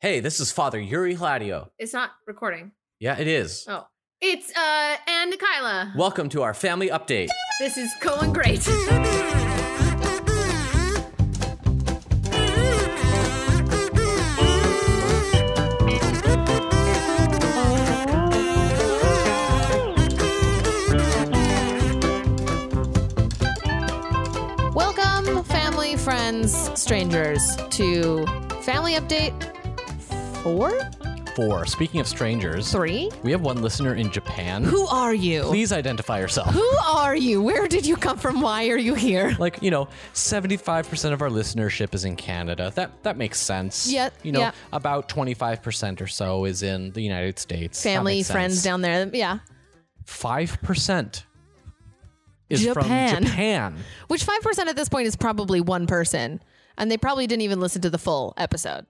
Hey, this is Father Yuri Hladio. It's not recording. Yeah, it is. Oh, it's uh and Kyla. Welcome to our family update. This is going great. Welcome, family, friends, strangers, to Family Update 4? Four. Speaking of strangers, 3? we have one listener in Japan. Who are you? Please identify yourself. Who are you? Where did you come from? Why are you here? Like you know, seventy-five percent of our listenership is in Canada. That that makes sense. Yeah, You know, yeah. about twenty-five percent or so is in the United States. Family, friends down there. Yeah. Five percent is Japan. from Japan. Which 5% at this point is probably one person. And they probably didn't even listen to the full episode.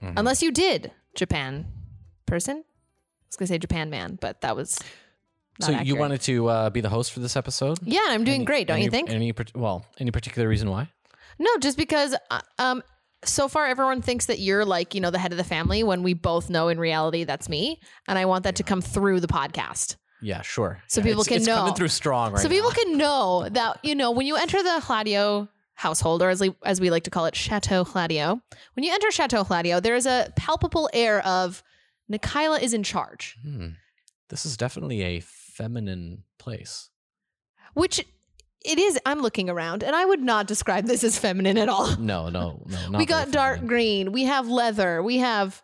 Unless you did, Japan person. I was going to say Japan man, but that was. Not so you accurate. wanted to uh, be the host for this episode? Yeah, I'm doing great, don't any, you think? Any par- well, any particular reason why? No, just because uh, um so far everyone thinks that you're like, you know, the head of the family when we both know in reality that's me and I want that to come through the podcast. Yeah, sure. So Yeah, people it's, can it's know. coming through strong right so people now. can know that, you know, when you enter the Hladio household or as we, as we like to call it Chateau Hladio, when you enter Chateau Hladio, there is a palpable air of Nikayla is in charge, Hmm. This is definitely a feminine place. which it is I'm looking around and I would not describe this as feminine at all. No, no, no. Not very we got dark feminine. green. We have leather. We have.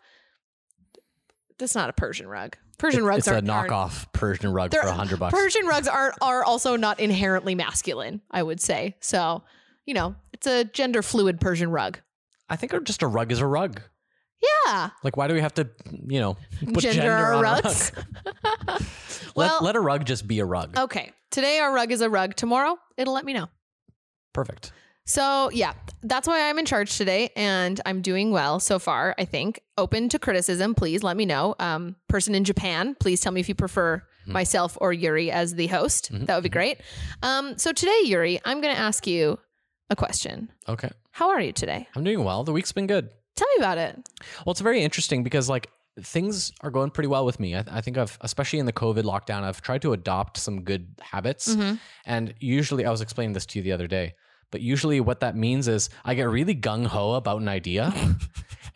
That's not a Persian rug. Persian It's- rugs it's are a knockoff Persian rug They're- for a hundred bucks. Persian rugs are are also not inherently masculine. I would say so. You know, it's a gender fluid Persian rug. I think just a rug is a rug. Yeah, Like, why do we have to, you know, put gender, gender, our on rugs. a rug? well, let, uh, let a rug just be a rug. okay. Today our rug is a rug. Tomorrow it'll let me know. Perfect. So, yeah, that's why I'm in charge today and I'm doing well so far, I think. Open to criticism, please let me know. Um, person in Japan, please tell me if you prefer Mm-hmm. myself or Yuri as the host. That would be great. Um, so, today, Yuri, I'm going to ask you a question. Okay, How are you today? I'm doing well. The week's been good. Tell me about it. Well, it's very interesting because like things are going pretty well with me. I, I think I've, especially in the COVID lockdown, I've tried to adopt some good habits. And usually, I was explaining this to you the other day, but usually what that means is I get really gung ho about an idea.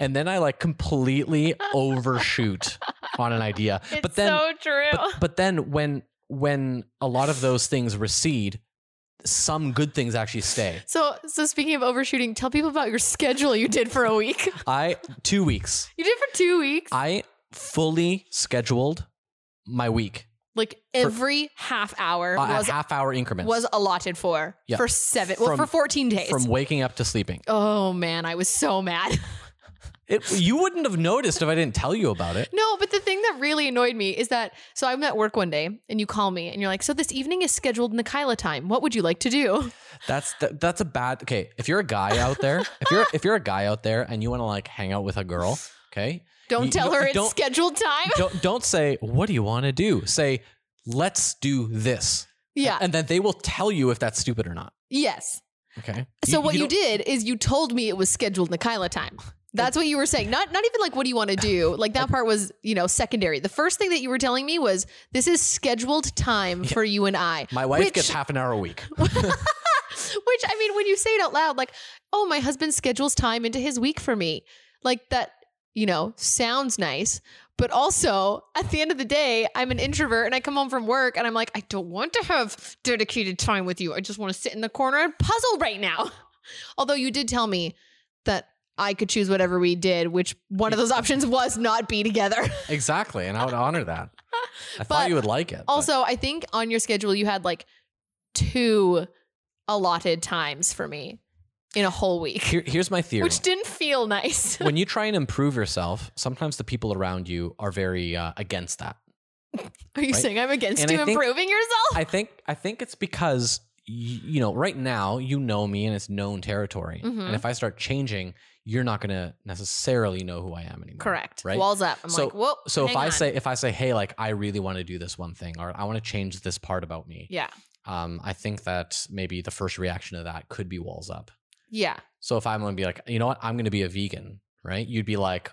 And then I like completely overshoot on an idea. but then true. but, but then when when a lot of those things recede, some good things actually stay. So, so speaking of overshooting, tell people about your schedule you did for a week. I two weeks. you did for two weeks, I fully scheduled my week like every half hour uh, at was half hour increments was allotted for Yeah. for seven, well, From- for 14 days. from waking up to sleeping. Oh man, I was so mad. It, you wouldn't have noticed if I didn't tell you about it. no, but the thing that really annoyed me is that so I'm at work one day and you call me and you're like, "So this evening is scheduled Nikayla time. What would you like to do?" That's that, that's a bad. Okay, if you're a guy out there, if you're if you're a guy out there and you want to like hang out with a girl, okay, Don't You- tell you- her you it's don't- scheduled time. don't don't say what do you want to do. Say let's do this. yeah. and then they will tell you if that's stupid or not. yes. Okay. So what you, don't- did is you told me it was scheduled Nikayla time. That's what you were saying. Not not even like what do you want to do? Like that part was, you know, secondary. The first thing that you were telling me was this is scheduled time for you and I. My wife which- gets half an hour a week. Which I mean, when you say it out loud, like, oh, my husband schedules time into his week for me, like that, you know, sounds nice. But also, at the end of the day, I'm an introvert and I come home from work and I'm like, I don't want to have dedicated time with you. I just want to sit in the corner and puzzle right now. Although you did tell me that I could choose whatever we did, which one of those options was not be together. exactly, and I would honor that. I But thought you would like it. but- Also, I think on your schedule you had like two allotted times for me in a whole week, Here- here's my theory. which didn't feel nice. when you try and improve yourself, sometimes the people around you are very uh, against that. Are you Right. saying I'm against And you I think- improving yourself? I think I think it's because y- you know right now you know me and it's known territory, Mhm. and if I start changing, you're not going to necessarily know who I am anymore. Correct. Right. Walls up. I'm So- like, whoa. so if hang I on." say if I say, hey, like I really want to do this one thing, or I want to change this part about me, yeah, um, I think that maybe the first reaction to that could be walls up. yeah, So if I'm gonna be like, you know what, I'm gonna be a vegan, right? You'd be like,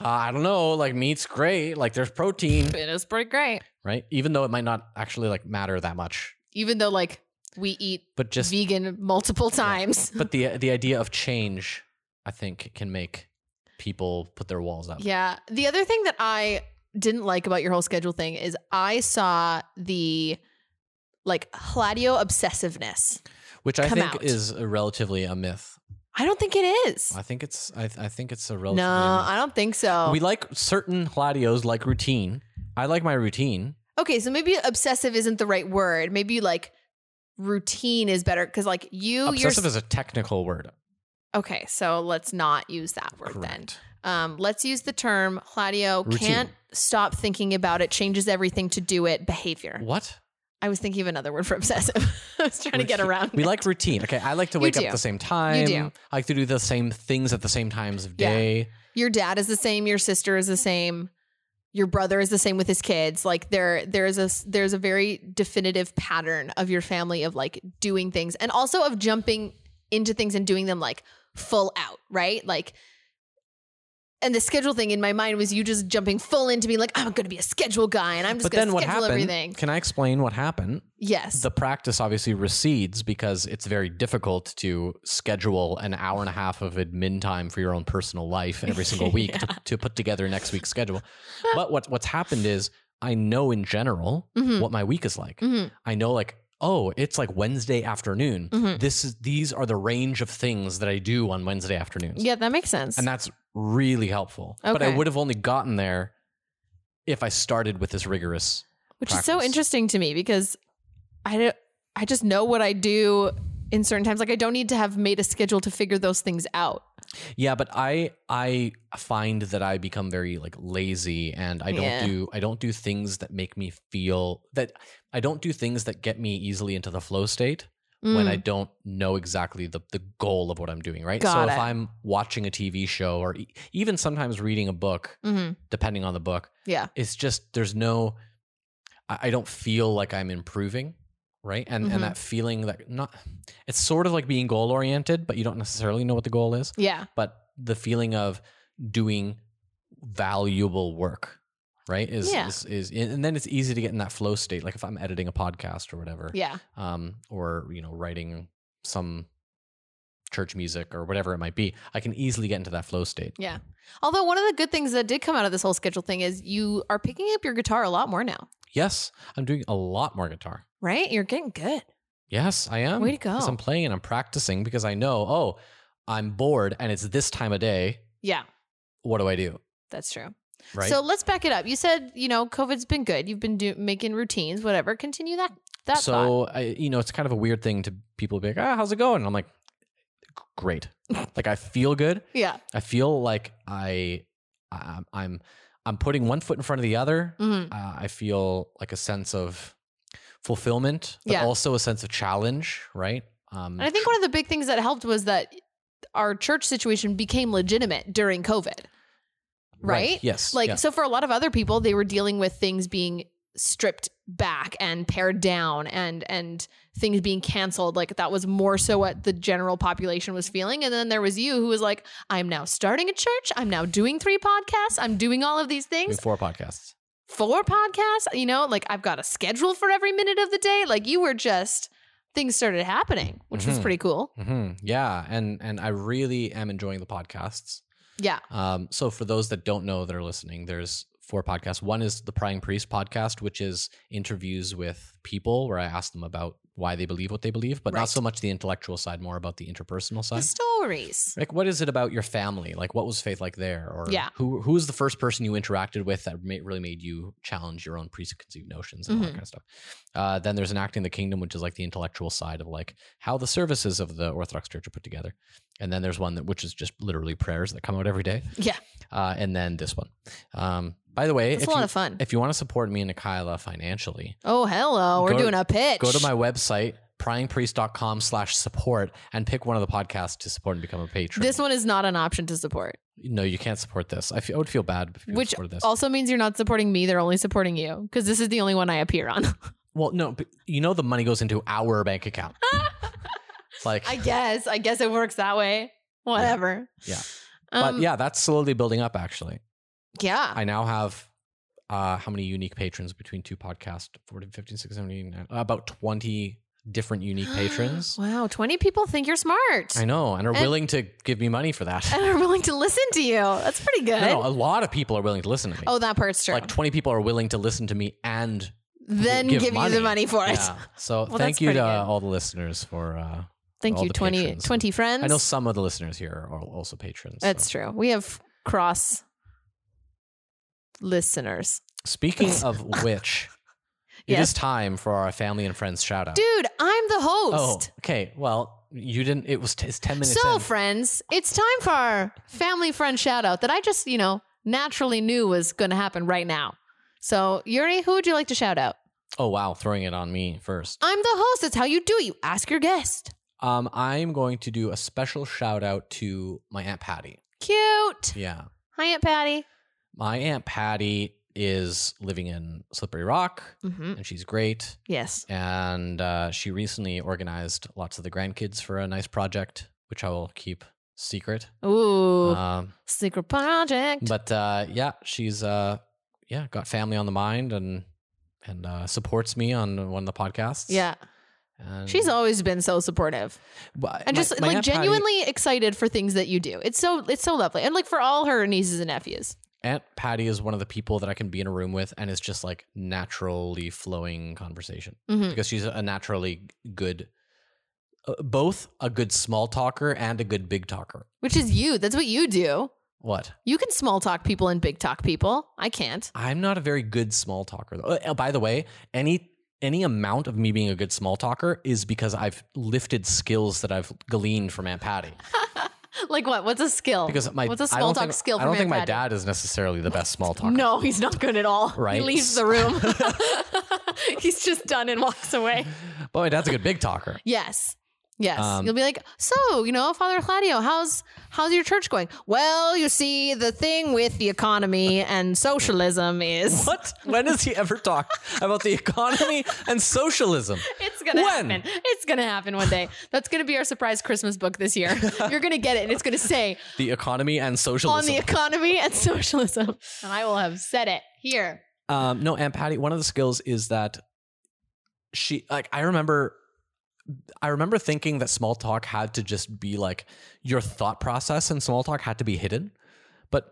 uh, I don't know, like meat's great, like there's protein, It is pretty great. right? Even though it might not actually like matter that much, Even though like we eat but just vegan multiple times. but the the idea of change, I think, can make people put their walls up. Yeah. The other thing that I didn't like about your whole schedule thing is I saw the like Hladio obsessiveness. which I come think out. is a relatively a myth. I don't think it is. I think it's I, I think it's a relatively. No, a myth. I don't think so. we like certain Hladios like routine. I like my routine. okay, so maybe obsessive isn't the right word. Maybe like routine is better because like you, you're Obsessive is a technical word. okay. So let's not use that word then. Correct. Um, let's use the term Hladio Routine. can't stop thinking about it, changes everything to do it behavior. What I was thinking of another word for obsessive. I was trying to get Routine. around. we it. like routine. Okay, I like to You wake up do. at the same time. do. I like to do the same things at the same times of Yeah. day. your dad is the same your sister is the same your brother is the same with his kids like there there's a there's a very definitive pattern of your family of like doing things and also of jumping into things and doing them like full out right like and the schedule thing in my mind was you just jumping full into being like i'm gonna be a schedule guy and i'm just But gonna then schedule what happened? everything Can I explain what happened? yes The practice obviously recedes because it's very difficult to schedule an hour and a half of admin time for your own personal life every single week to, to put together next week's schedule. But what what's happened is I know in general Mhm. what my week is like. Mhm. I know like oh it's like Wednesday afternoon. Mhm. This is these are the range of things that I do on Wednesday afternoons. yeah that makes sense And that's really helpful. But I Okay. would have only gotten there if I started with this rigorous which is so practice. interesting to me because I don't, I just know what I do in certain times. Like I don't need to have made a schedule to figure those things out. Yeah, but I I find that I become very like lazy and I don't Yeah. do I don't do things that make me feel that I don't do things that get me easily into the flow state when Mm. I don't know exactly the the goal of what I'm doing, right? Got so it. if I'm watching a TV show or e- even sometimes reading a book, hmm depending on the book, Yeah. it's just there's no I, I don't feel like I'm improving. Right. And Mhm. and that feeling that not it's sort of like being goal oriented, but you don't necessarily know what the goal is Yeah. but the feeling of doing valuable work right is, Yeah. is is and then it's easy to get in that flow state like if i'm editing a podcast or whatever Yeah. um or you know writing some church music or whatever it might be i can easily get into that flow state Yeah. Although one of the good things that did come out of this whole schedule thing is you are picking up your guitar a lot more now, yes i'm doing a lot more guitar right? You're getting good. yes i am Way to 'Cause go. i'm playing and i'm practicing because i know oh i'm bored and it's this time of day Yeah. what do i do That's true. right So let's back it up. You said, you know, COVID's been good. You've been do- making routines, whatever. Continue that. That thought. so I, you know it's kind of a weird thing to people be like ah how's it going and i'm like great like i feel good Yeah. i feel like i i'm i'm, I'm putting one foot in front of the other Mhm. uh, i feel like a sense of fulfillment but Yeah. also a sense of challenge right um And I think one of the big things that helped was that our church situation became legitimate during COVID, right? yes Like, yeah. so for a lot of other people, they were dealing with things being stripped back and pared down and, and, things being canceled like that was more so what the general population was feeling and then there was you who was like i'm now starting a church i'm now doing three podcasts i'm doing all of these Doing things four podcasts four podcasts you know like i've got a schedule for every minute of the day like you were just things started happening which was Mhm. pretty cool hmm yeah and and i really am enjoying the podcasts yeah Um, so for those that don't know that are listening, there's four podcasts. One is the Prying Priest podcast, which is interviews with people where I ask them about why they believe what they believe, but Right. not so much the intellectual side, more about the interpersonal the side. stories. Like, what is it about your family? Like, what was faith like there? Or Yeah. who who was the first person you interacted with that ma- really made you challenge your own preconceived notions and all that Mhm. kind of stuff? Uh, then there's enacting the kingdom, which is like the intellectual side of like how the services of the Orthodox Church are put together. And then there's one that which is just literally prayers that come out every day. Yeah. Uh, and then this one. Um, by the way, It's if a lot you, of fun. if you want to support me and Kyla financially, oh, hello. We're Go to- doing a pitch. go to my website pryingpriest.com slash support and pick one of the podcasts to support and become a patron. This one is not an option to support, No, you can't support this. I, feel, I would feel bad if you which supported this. also means you're not supporting me. They're only supporting you because this is the only one I appear on. well, no, but you know the money goes into our bank account. like, I guess. I guess it works that way. Whatever. Yeah. Um, but yeah, that's slowly building up actually. yeah. I now have uh, how many unique patrons between two podcasts? 14, 15, 16, 17, uh, about 20 different unique patrons. wow, twenty people think you're smart I know, and are And- willing to give me money for that. and are willing to listen to you. That's pretty good. No, no, a lot of people are willing to listen to me. oh, that part's true. like 20 people are willing to listen to me and then give give, you money. the money for it. yeah. So Well, thank that's you pretty to good. all the listeners for uh Thank all you, the 20, patrons. 20 friends. I know some of the listeners here are also patrons. so. That's true. We have cross listeners. Speaking of which, it Yes. is time for our family and friends shout out. Dude, I'm the oh, host. okay. Well, you didn't. It was t- it's ten minutes. so, in. friends, it's time for our family friend shout out that I just, you know, naturally knew was going to happen right now. So, Yuri, who would you like to shout out? oh wow, throwing it on me first. I'm the host. That's how you do it. You ask your guest. Um, I'm going to do a special shout out to my aunt Patty. Cute. Yeah, Hi, Aunt Patty. my aunt Patty is living in Slippery Rock, hmm and she's great. Yes. And uh, she recently organized lots of the grandkids for a nice project, which I will keep secret. Ooh, Um, secret project. but uh, yeah, she's uh, yeah got family on the mind and and uh, supports me on one of the podcasts. yeah. and She's always been so supportive. Well, and my- just my like Aunt Patty- genuinely excited for things that you do. It's so it's so lovely, and like for all her nieces and nephews. Aunt Patty is one of the people that I can be in a room with, and it's just like naturally flowing conversation Mhm. because she's a naturally good, uh, both a good small talker and a good big talker. Which is you. That's what you do. What? You can small talk people and big talk people. I can't. I'm not a very good small talker. Though. Uh, by the way, any any amount of me being a good small talker is because I've lifted skills that I've gleaned from Aunt Patty. Like what? What's a skill? Because my what's a I small don't talk think, skill? I don't from think Aunt my Patty? dad is necessarily the best small talker. No, he's not good at all. Right. He leaves the room. he's just done and walks away. but my dad's a good big talker. Yes. Yes. Um, You'll be like, so, you know, Father Claudio, how's how's your church going? Well, you see, the thing with the economy and socialism is What? When has he ever talked about the economy and socialism? It's gonna When? happen. It's gonna happen one day. That's gonna be our surprise Christmas book this year. You're gonna get it, and it's gonna say The economy and on socialism. the economy and socialism. And I will have said it here. Um, no, Aunt Patty, one of the skills is that she like I remember I remember thinking that small talk had to just be like your thought process and small talk had to be hidden. But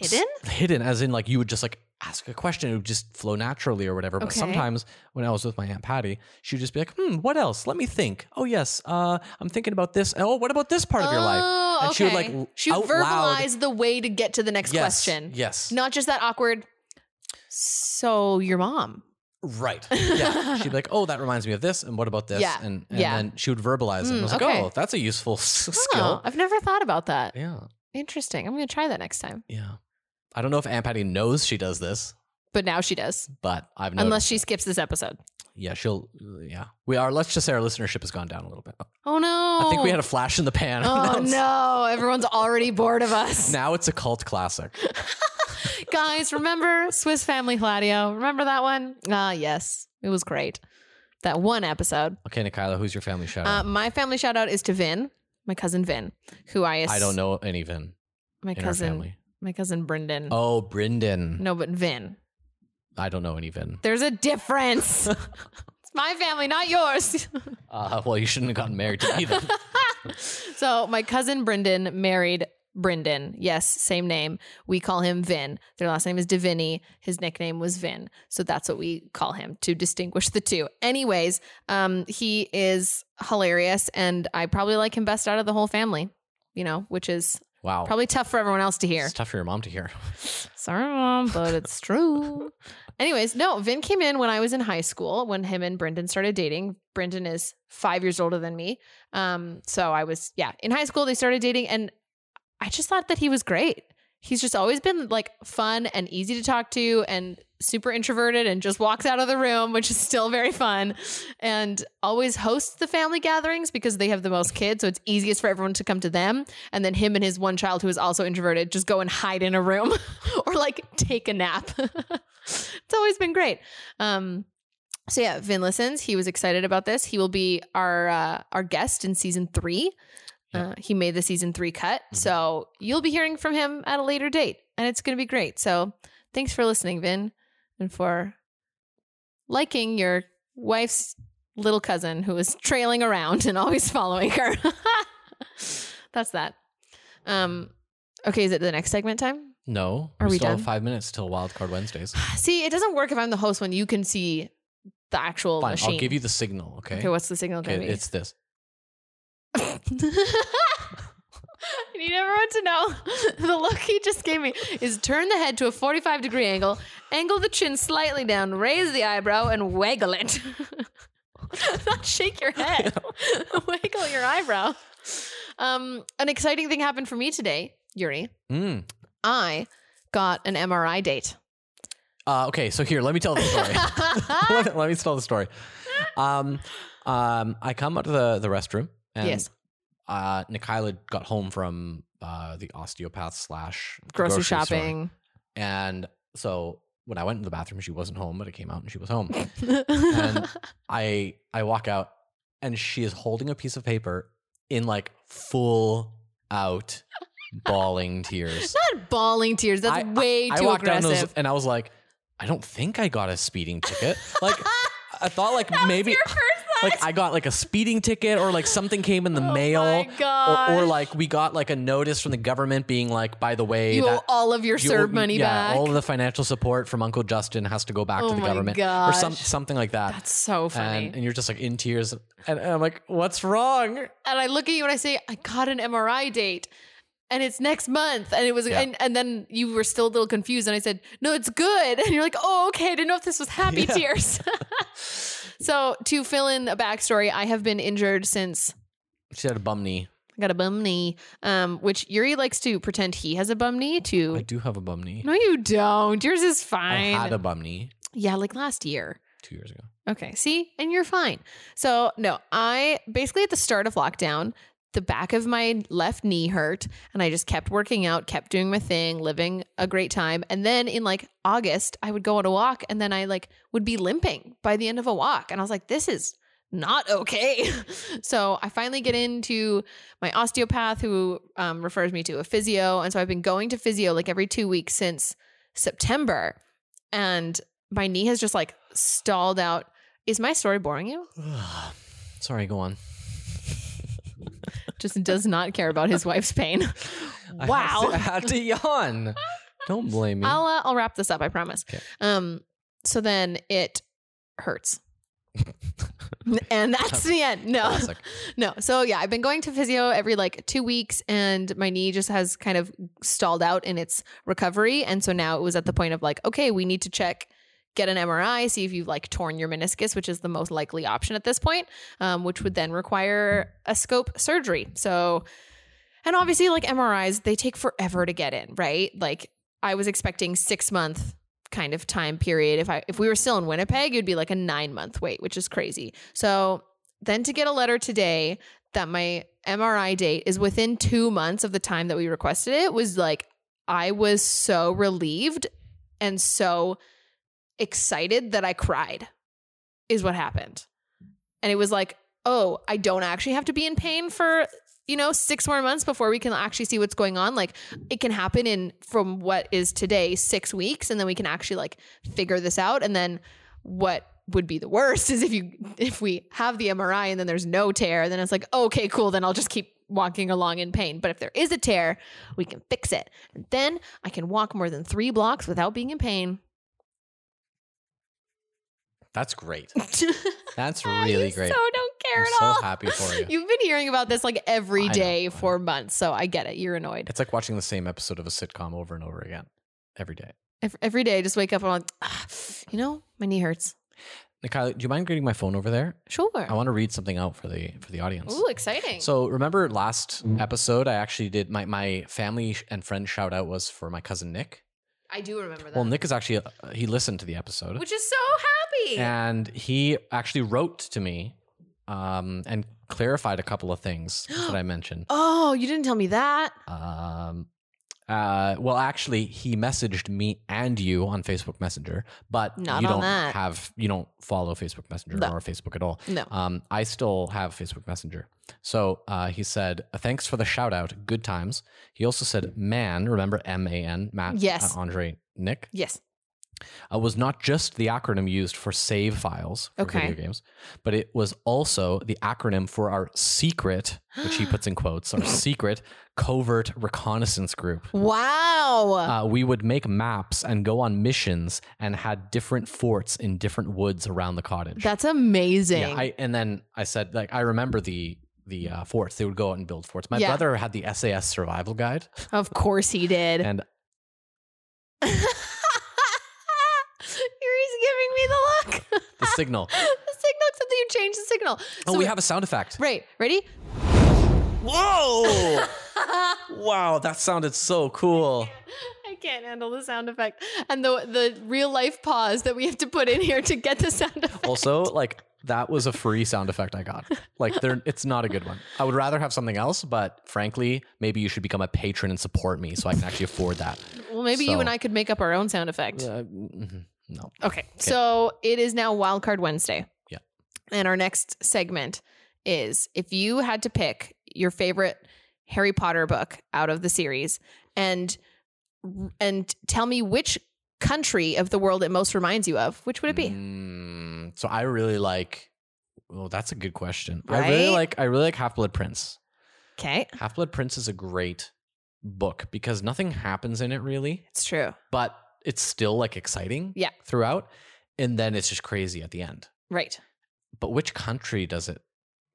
s- Hidden? hidden as in like you would just like ask a question, it would just flow naturally or whatever. But Okay. sometimes when I was with my Aunt Patty, she'd just be like, hmm, what else? Let me think. Oh yes, uh, I'm thinking about this. Oh, what about this part of your life? Oh, And she would, like, okay. l- she would out loud- verbalize the way to get to the next Yes. question. Yes. Not just that awkward. So your mom. Right. Yeah. She'd be like, oh, that reminds me of this. And what about this? Yeah. And, and Yeah. then she would verbalize it. And I Mm, was like, okay. oh, that's a useful s- Oh, skill. I've never thought about that. Yeah. Interesting. I'm gonna try that next time. Yeah. I don't know if Aunt Patty knows she does this, But now she does, but I've noticed. unless she skips this episode. Yeah, she'll. Yeah. We are. Let's just say our listenership has gone down a little bit. Oh no! I think we had a flash in the pan. Oh That's- no! Everyone's already bored of us. Now it's a cult classic. Guys, remember Swiss Family Gladio? Remember that one? Ah, yes. It was great. That one episode. Okay, Nikayla, who's your family shout Uh, out? my family shout out is to Vin, my cousin Vin, who I I don't know any Vin My in our cousin, family. my cousin Brendan. Oh, Brendan. No, but Vin. I don't know any Vin. There's a difference. it's my family, not yours. Uh, well, you shouldn't have gotten married to me then. so my cousin Brendan married Brendan. Yes, same name. We call him Vin. Their last name is Davini. His nickname was Vin. So that's what we call him to distinguish the two. Anyways, um, he is hilarious and I probably like him best out of the whole family, you know, which is Wow. probably tough for everyone else to hear. It's tough for your mom to hear. Sorry, mom, but it's true. Anyways, no, Vin came in when I was in high school when him and Brendan started dating. Brendan is five years older than me. Um, so I was, yeah, in high school, they started dating, and I just thought that he was great. He's just always been like fun and easy to talk to and super introverted and just walks out of the room, which is still very fun. And always hosts the family gatherings because they have the most kids. So it's easiest for everyone to come to them. And then him and his one child, who is also introverted, just go and hide in a room or like take a nap. it's always been great. Um, so yeah, Vin listens. He was excited about this. He will be our uh, our guest in season three. Yeah. Uh, he made the season three cut. So you'll be hearing from him at a later date, and it's going to be great. So thanks for listening, Vin, and for liking your wife's little cousin who is trailing around and always following her. That's that. Um, okay, is it the next segment time? No, Are we still done? have five minutes till Wildcard Wednesdays. See, it doesn't work if I'm the host when you can see the actual Fine, machine. I'll give you the signal. Okay, Okay, what's the signal Okay, going to be? it's this. I need everyone to know the look he just gave me is turn the head to a 45 degree angle, angle the chin slightly down, raise the eyebrow, and waggle it. Not shake your head, waggle your eyebrow. Um, an exciting thing happened for me today, Yuri. Mm. I got an MRI date. Uh, okay, so here, let me tell the story. let, me- let me tell the story. Um, um, I come out to the the restroom. And, Yes. Uh, Nikayla got home from uh, the osteopath slash Grocery, grocery store. shopping. and so when I went to the bathroom, she wasn't home, but it came out and she was home. And I I walk out and she is holding a piece of paper in like full out bawling tears. Not bawling tears. That's I- way I too walked out and I, was, aggressive. and I was like, I don't think I got a speeding ticket. Like I thought like maybe like I got like a speeding ticket or like something came in the mail. Oh my gosh. Or, or like we got like a notice from the government being like, by the way, you that, owe all of your you serve owe- money yeah, back. all of the financial support from Uncle Justin has to go back Oh to the my government or some, gosh. something like that. That's so funny. and, And, and you're just like in tears, and, and I'm like, what's wrong? I look at you and I say, I got an MRI date. And it's next month. And it was Yeah. and, and then you were still a little confused. And I said, No, it's good. And you're like, Oh, okay. I didn't know if this was happy Yeah. tears. so to fill in a backstory, I have been injured since She had a bum knee. I got a bum knee. Um, which Yuri likes to pretend he has a bum knee to I do have a bum knee. No, you don't. Yours is I fine. had a bum knee yeah, like last year. two years ago. Okay. See, and you're fine. So, no, I basically at the start of lockdown, the back of my left knee hurt, and I just kept working out, kept doing my thing, living a great time. And then in like August, I would go on a walk, and then I like would be limping by the end of a walk. And I was like, this is not okay. so I finally get into my osteopath who um, refers me to a physio. And so I've been going to physio like every two weeks since September. And my knee has just like stalled out. Is my story boring you? Sorry, go on. Just does not care about his wife's pain. I had Wow. to- I had to yawn. Don't blame me. I'll uh, I'll wrap this up. I promise. Okay. Um, so then it hurts, and that's the end. No, Classic. no. So yeah, I've been going to physio every like two weeks, and my knee just has kind of stalled out in its recovery, and so now it was at the point of like, okay, we need to check. Get an MRI, see if you've like torn your meniscus, which is the most likely option at this point, um, which would then require a scope surgery. So, and obviously, like MRIs, they take forever to get in, right? Like I was expecting six month kind of time period. If I if we were still in Winnipeg, it'd be like a nine month wait, which is crazy. So then to get a letter today that my MRI date is within two months of the time that we requested it was like I was so relieved and so excited that I cried is what happened. And it was like, oh, I don't actually have to be in pain for, you know, six more months before we can actually see what's going on. Like it can happen in from what is today, six weeks, and then we can actually like figure this out. And then what would be the worst is if you if we have the MRI and then there's no tear, then it's like, okay, cool, then I'll just keep walking along in pain. But if there is a tear, we can fix it. And then I can walk more than three blocks without being in pain. That's great. You That's really great. So don't care I'm at so all. happy for you. You've been hearing about this like I every know, I day know. for months, so I get it. You're annoyed. It's like watching the same episode of a sitcom over and over again every day. Ev- Every day, I just wake up and I'm like, "Ah, you know, my knee hurts. Nikayla, do you mind getting my phone over there? Sure. I want to read something out for the for the audience. Ooh, exciting. So remember last episode, I actually did my my family sh- and friend shout out was for my cousin Nick. I do remember that. Well, Nick is actually uh, he listened to the episode which is so happy. and he actually wrote to me um, and clarified a couple of things that I mentioned. oh, you didn't tell me that. Um, Uh, well, actually, he messaged me and you on Facebook Messenger, but Not you on don't that. have you don't follow Facebook Messenger No. or Facebook at all. No. Um, I still have Facebook Messenger. So uh, he said, "Thanks for the shout out. Good times." He also said, "Man, remember M A N, Matt, Yes. uh, Andre, Nick." Yes. uh, was not just the acronym used for save files for Okay. video games, but it was also the acronym for our secret, which he puts in quotes, our secret covert reconnaissance group. Wow. Uh, we would make maps and go on missions and had different forts in different woods around the cottage. That's amazing. yeah, I, and then I said, like, I remember the the uh, forts. They would go out and build forts. My Yeah. brother had the SAS survival guide, of course he did. and Yuri's giving me the look. the signal. the signal, except that you changed the signal. oh, So- we have a sound effect. Right. Ready? Whoa! Oh, wow, that sounded so cool. I can't handle the sound effect and the the real life pause that we have to put in here to get the sound effect. Also, like that was a free sound effect I got. Like there it's not a good one. I would rather have something else, but frankly, maybe you should become a patron and support me so I can actually afford that. Well, maybe you So- and I could make up our own sound effect. Uh, mhm. no. Okay. So it is now Wildcard Wednesday. Yeah. And our next segment is if you had to pick your favorite Harry Potter book out of the series and and tell me which country of the world it most reminds you of, which would it be? Mm, so I really like well, that's a good question. I really Right? like I really like Half Blood Prince. Okay. Half Blood Prince is a great book because nothing happens in it really. It's true. but it's still like exciting Yeah. throughout and then it's just crazy at the end Right. but which country does it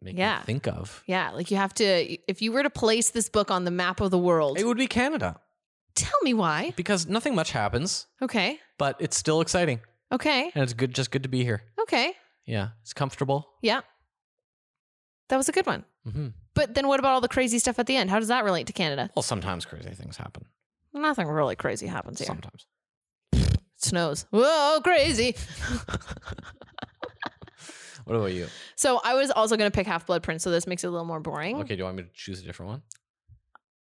make Yeah. me think of Yeah, like you have to if you were to place this book on the map of the world. it would be canada tell me why. because nothing much happens Okay. but it's still exciting Okay. and it's good just good to be here Okay. yeah it's comfortable Yeah. That was a good one. mm-hmm. But then what about all the crazy stuff at the end? How does that relate to Canada? well sometimes crazy things happen Nothing really crazy happens here. sometimes It snows. Whoa, crazy. what about you So I was also going to pick Half Blood Prince, so this makes it a little more boring. okay do you want me to choose a different one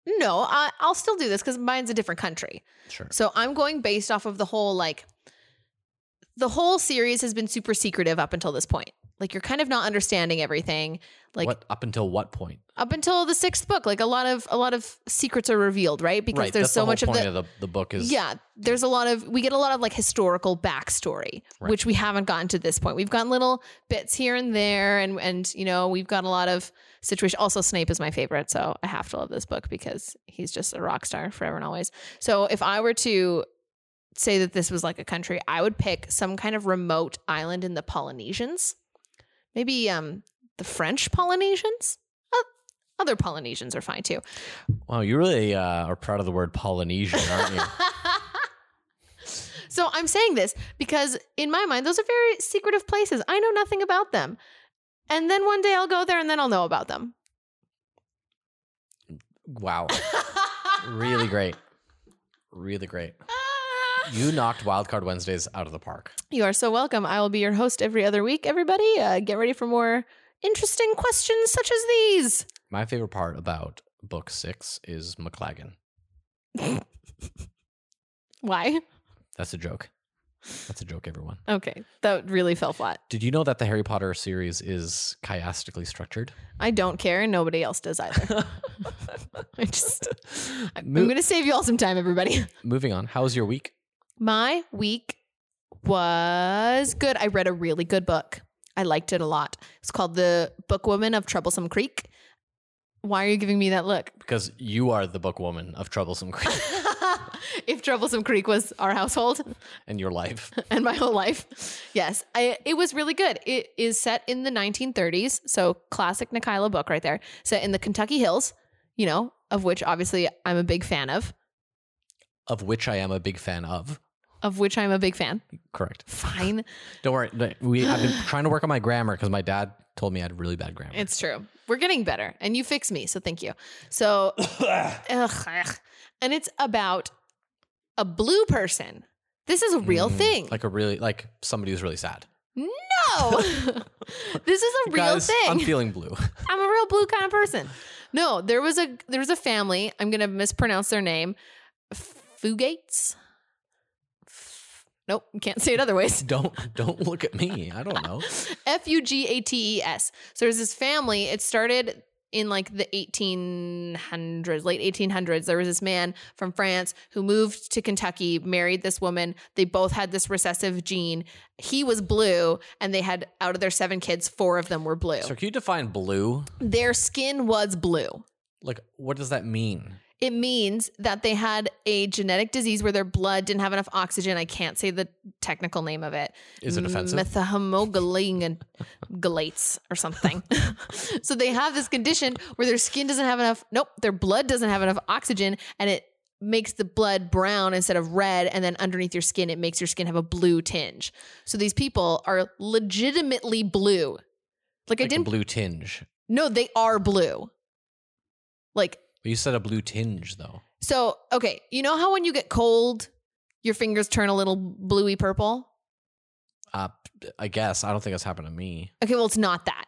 No, I, I'll still do this because mine's a different country. sure So I'm going based off of the whole like the whole series has been super secretive up until this point. Like you're kind of not understanding everything. Like what up until what point up until the sixth book, like a lot of a lot of secrets are revealed, right? Because right there's that's the so whole much of point the of the, the book is yeah, there's a lot of we get a lot of like historical backstory, Right. which we haven't gotten to this point. We've gotten little bits here and there, and and you know we've got a lot of situation. Also, Snape is my favorite, so I have to love this book because he's just a rock star forever and always. So if I were to say that this was like a country, I would pick some kind of remote island in the Polynesians, maybe um the French Polynesians. Uh, Other Polynesians are fine too. wow you really uh, are proud of the word polynesian aren't you so I'm saying this because in my mind, those are very secretive places. I know nothing about them. And then one day I'll go there and then I'll know about them. wow really great. Really great. You knocked Wildcard Wednesdays out of the park. You are so welcome. I will be your host every other week, everybody. Uh, get ready for more interesting questions such as these. My favorite part about book six is McLagan. Why? That's a joke. That's a joke, everyone. Okay. That really fell flat. Did you know that the Harry Potter series is chiastically structured? I don't care. and Nobody else does either. I just, I'm Mo- going to save you all some time, everybody. Moving on. How was your week? My week was good. I read a really good book. I liked it a lot. It's called The Bookwoman of Troublesome Creek. Why are you giving me that look? Because you are the bookwoman of Troublesome Creek if Troublesome Creek was our household and your life. and my whole life. Yes, I, it was really good. It is set in the 1930s, so classic Nikayla book right there. Set in the Kentucky Hills, you know, of which obviously I'm a big fan of, Of which I am a big fan of. of which I'm a big fan. Correct. Fine. Don't worry. We I've been trying to work on my grammar because my dad told me I had really bad grammar. It's true. We're getting better, and you fix me, so thank you. So, ugh, ugh. and it's about a blue person. This is a real Mm, thing. Like a really like somebody who's really sad. no, this is a real Guys, thing. I'm feeling blue. I'm a real blue kind of person. No, there was a there was a family. I'm gonna mispronounce their name. Fugates. F- Nope, you can't say it other ways. Don't don't look at me. I don't know. F U G A T E S. So there's this family. It started in like the 1800s, late 1800s. There was this man from France who moved to Kentucky, married this woman. They both had this recessive gene. He was blue, and they had out of their seven kids, four of them were blue. So can you define blue? Their skin was blue. Like what does that mean? It means that they had a genetic disease where their blood didn't have enough oxygen. I can't say the technical name of it. Is it offensive? Methahemogalates or something. so they have this condition where their skin doesn't have enough, nope, their blood doesn't have enough oxygen and it makes the blood brown instead of red. And then underneath your skin, it makes your skin have a blue tinge. So these people are legitimately blue. Like Like, I a didn't, blue tinge. no, they are blue. Like, But you said a blue tinge though. so, okay, you know how when you get cold, your fingers turn a little bluey purple? Uh, I guess I don't think that's happened to me. Okay, well, it's not that.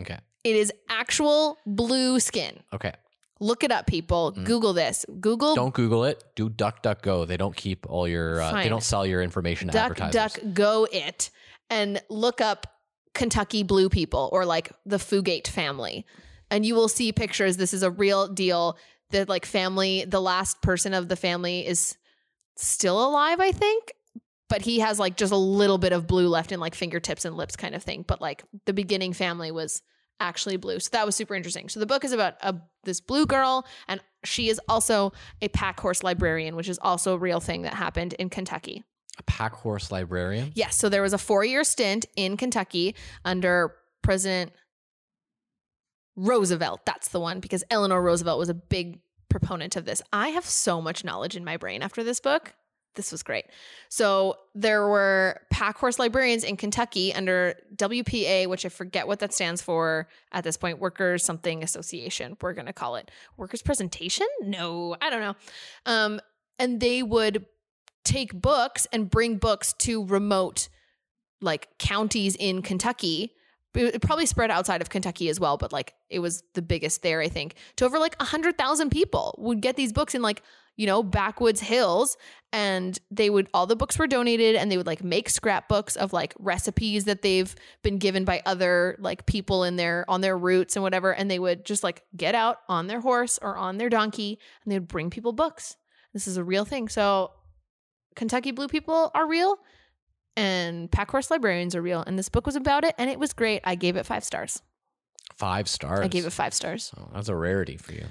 Okay. It is actual blue skin. Okay. Look it up, people. Mm. Google this. Google Don't Google it. Do Duck Duck Go. They don't keep all your. Uh, they Fine. don't sell your information to duck, advertisers. duck, go it and look up Kentucky blue people or like the Fugate family. And you will see pictures. This is a real deal. The like family, the last person of the family is still alive, I think. But he has like just a little bit of blue left in like fingertips and lips kind of thing. But like the beginning family was actually blue. So that was super interesting. So the book is about a, this blue girl and she is also a pack horse librarian, which is also a real thing that happened in Kentucky. A pack horse librarian. Yes. So there was a four year stint in Kentucky under President Roosevelt. That's the one because Eleanor Roosevelt was a big proponent of this. I have so much knowledge in my brain after this book. This was great. So there were pack horse librarians in Kentucky under WPA, which I forget what that stands for at this point, Workers Something Association. We're going to call it Workers Presentation? No, I don't know. Um, and they would take books and bring books to remote like counties in Kentucky. It it probably spread outside of Kentucky as well, but like it was the biggest there, I think. To over like a hundred thousand people would get these books in like you know backwoods hills, and they would all the books were donated, and they would like make scrapbooks of like recipes that they've been given by other like people in their on their routes and whatever, and they would just like get out on their horse or on their donkey, and they would bring people books. This is a real thing. So Kentucky Blue people are real and pack horse librarians are real. And this book was about it and it was great. I gave it five stars. Five stars. I gave it five stars. Oh, that's a rarity for you.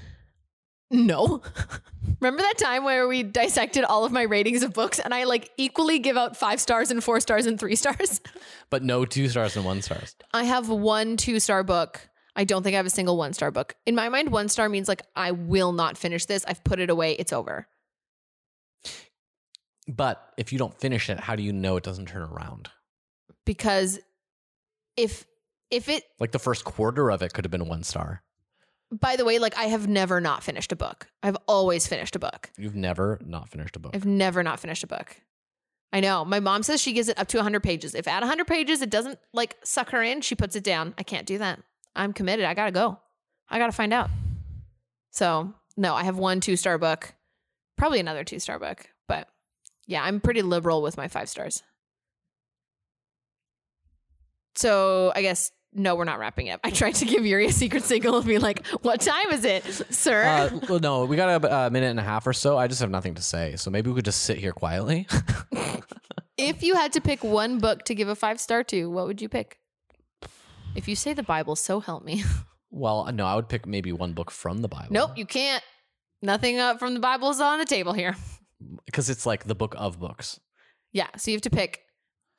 No. Remember that time where we dissected all of my ratings of books and I like equally give out five stars and four stars and three stars? But no two stars and one stars. I have one two star book. I don't think I have a single one star book. In my mind, one star means like I will not finish this. I've put it away. It's over. But if you don't finish it, how do you know it doesn't turn around? Because if if it Like the first quarter of it could have been one star. by the way, like I have never not finished a book. I've always finished a book. You've never not finished a book. I've never not finished a book. I know. My mom says she gives it up to 100 pages. If at 100 pages it doesn't like suck her in, she puts it down. I can't do that. I'm committed. I got to go. I got to find out. So, no, I have one two star book, probably another two star book, but yeah, I'm pretty liberal with my five stars. So, I guess. No, we're not wrapping it up. I tried to give Yuri a secret signal and be like, "What time is it, sir?" Uh, well, no, we got a, a minute and a half or so. I just have nothing to say. So maybe we could just sit here quietly. If you had to pick one book to give a five star to, what would you pick? If you say the Bible, so help me. well, uh, no, I would pick maybe one book from the Bible. nope, you can't. Nothing uh, from the Bible is on the table here. Because it's like the book of books. Yeah, so you have to pick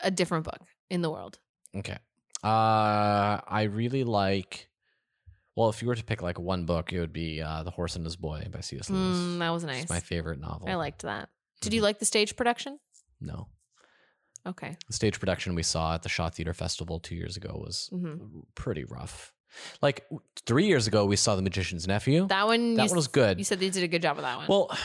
a different book in the world. Okay. Uh, I really like. Well, if you were to pick like one book, it would be uh, "The Horse and His Boy" by C.S. Lewis. Mm, that was nice. It's my Mm-hmm. favorite novel. I liked that. Did you like the stage production? No, Okay. the stage production we saw at the Shaw Theater Festival two years ago was hmm pretty rough. Like w- three years ago, we saw "The Magician's Nephew." That, That one, you, one was good. you said they did a good job with that one. Well,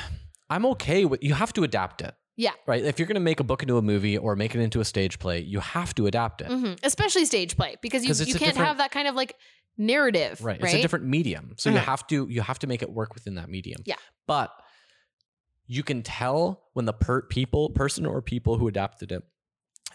I'm okay with you have to adapt it. Yeah. Right. If you're going to make a book into a movie or make it into a stage play, you have to adapt it. Mhm. especially stage play because you, 'Cause it's you a can't different- have that kind of like narrative. Right. It's a different medium. So you Uh-huh. have to you have to make it work within that medium. Yeah. But you can tell when the per- people, person or people who adapted it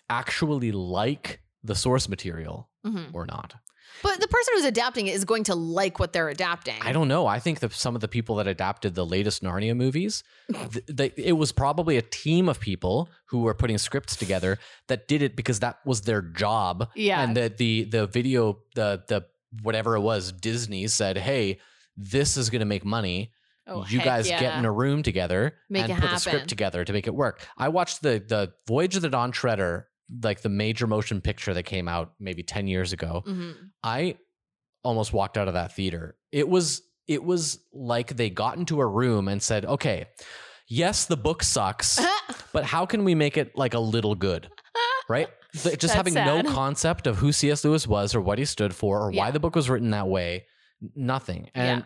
actually like the source material Mhm. or not. But the person who's adapting it is going to like what they're adapting. I don't know. I think that some of the people that adapted the latest Narnia movies, th- they, it was probably a team of people who were putting scripts together that did it because that was their job. Yeah. And that the the video the the whatever it was Disney said, hey, this is going to make money. Oh, you heck guys get yeah. in a room together Make and it put the script happen. together to make it work. I watched the the Voyage of the Dawn Treader, like the major motion picture that came out maybe ten years ago. Mhm. I almost walked out of that theater. It was it was like they got into a room and said, "Okay, yes, the book sucks, but how can we make it like a little good?" Right? Th- Just That's having sad. no concept of who C.S. Lewis was or what he stood for or why Yeah. the book was written that way, n- nothing. And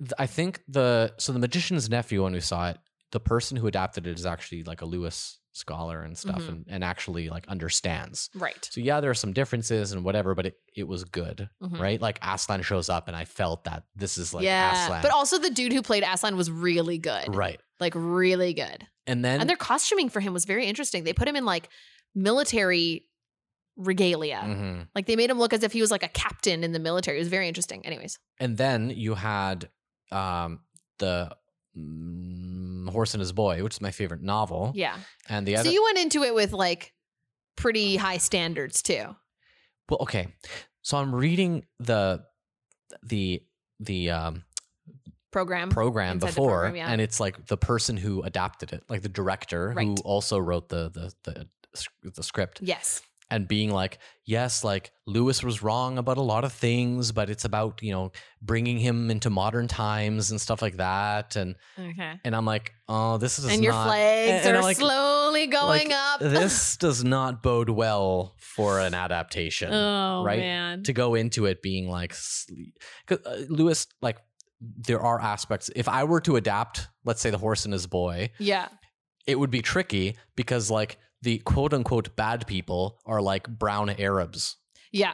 th- I think the so the magician's nephew when we saw it, the person who adapted it is actually like a Lewis scholar and stuff Mhm. and, and actually like understands. Right. So yeah, there are some differences and whatever, but it, it was good Mhm. right? Like Aslan shows up, and I felt that this is like yeah. Aslan, But also the dude who played Aslan was really good. right? Like really good. And then and their costuming for him was very interesting. They put him in like military regalia. Mhm. Like they made him look as if he was like a captain in the military. It was very interesting. Anyways, and then you had um, the mm, horse and his boy, which is my favorite novel, yeah. and the so other. you went into it with like pretty high standards too. well, okay, so I'm reading the the the um, Program. program Mm-hmm. Inside the before, program, yeah. and it's like the person who adapted it, like the director who Right. also wrote the the the, the script. yes. and being like, yes, like Lewis was wrong about a lot of things, but it's about you know bringing him into modern times and stuff like that. And Okay. and I'm like, oh, this is and your not, flags and are I'm like- slowly going like, up. this does not bode well for an adaptation oh right? man. to go into it being like because uh, Lewis like there are aspects if i were to adapt let's say the horse and his boy yeah. it would be tricky because like the quote unquote bad people are like brown arabs Yeah.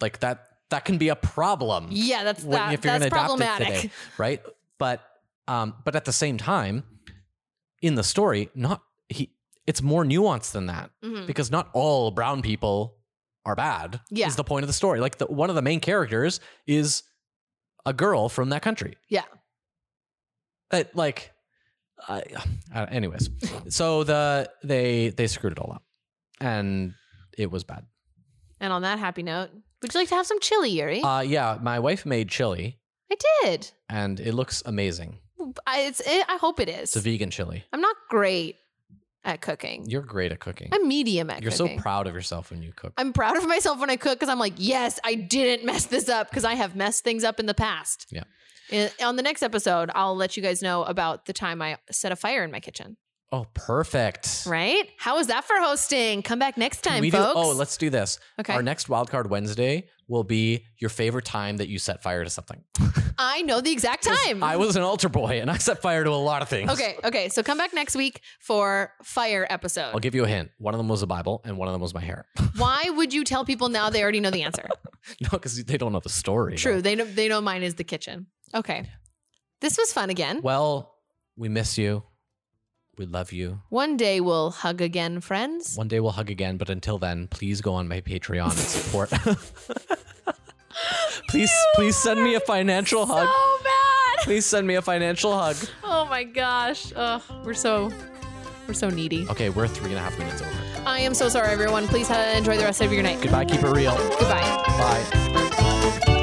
like that that can be a problem Yeah. That's when- that, if you're that's gonna adapt it problematic. today, right but um but at the same time in the story not he it's more nuanced than that Mhm. because not all brown people are bad Yeah. is the point of the story like the, one of the main characters is a girl from that country Yeah. that like I, uh, anyways so the they they screwed it all up and it was bad And on that happy note, would you like to have some chili, Yuri? uh yeah my wife made chili I did. and it looks amazing. I, it's, it, I hope it is. It's a vegan chili. I'm not great at cooking. You're great at cooking. I'm medium at You're cooking. so proud of yourself when you cook. I'm proud of myself when I cook because I'm like, yes, I didn't mess this up because I have messed things up in the past. Yeah. I- on the next episode, I'll let you guys know about the time I set a fire in my kitchen. oh, perfect. Right? How is that for hosting? Come back next Can time, we do- folks. oh, let's do this. okay. Our next wildcard Wednesday will be your favorite time that you set fire to something. I know the exact time. I was an altar boy and I set fire to a lot of things. okay. Okay. So come back next week for fire episode. I'll give you a hint. One of them was the Bible and one of them was my hair. Why would you tell people now they already know the answer? no, because they don't know the story. True. They know, they know mine is the kitchen. Okay. This was fun again. Well, we miss you. We love you. One day we'll hug again, friends. One day we'll hug again, but until then, please go on my Patreon and support. please, please send me a financial hug. So bad. Please send me a financial hug. Oh my gosh. Ugh, we're so we're so needy. Okay, we're three and a half minutes over. I am so sorry, everyone. Please uh, enjoy the rest of your night. Goodbye, keep it real. Goodbye. Bye.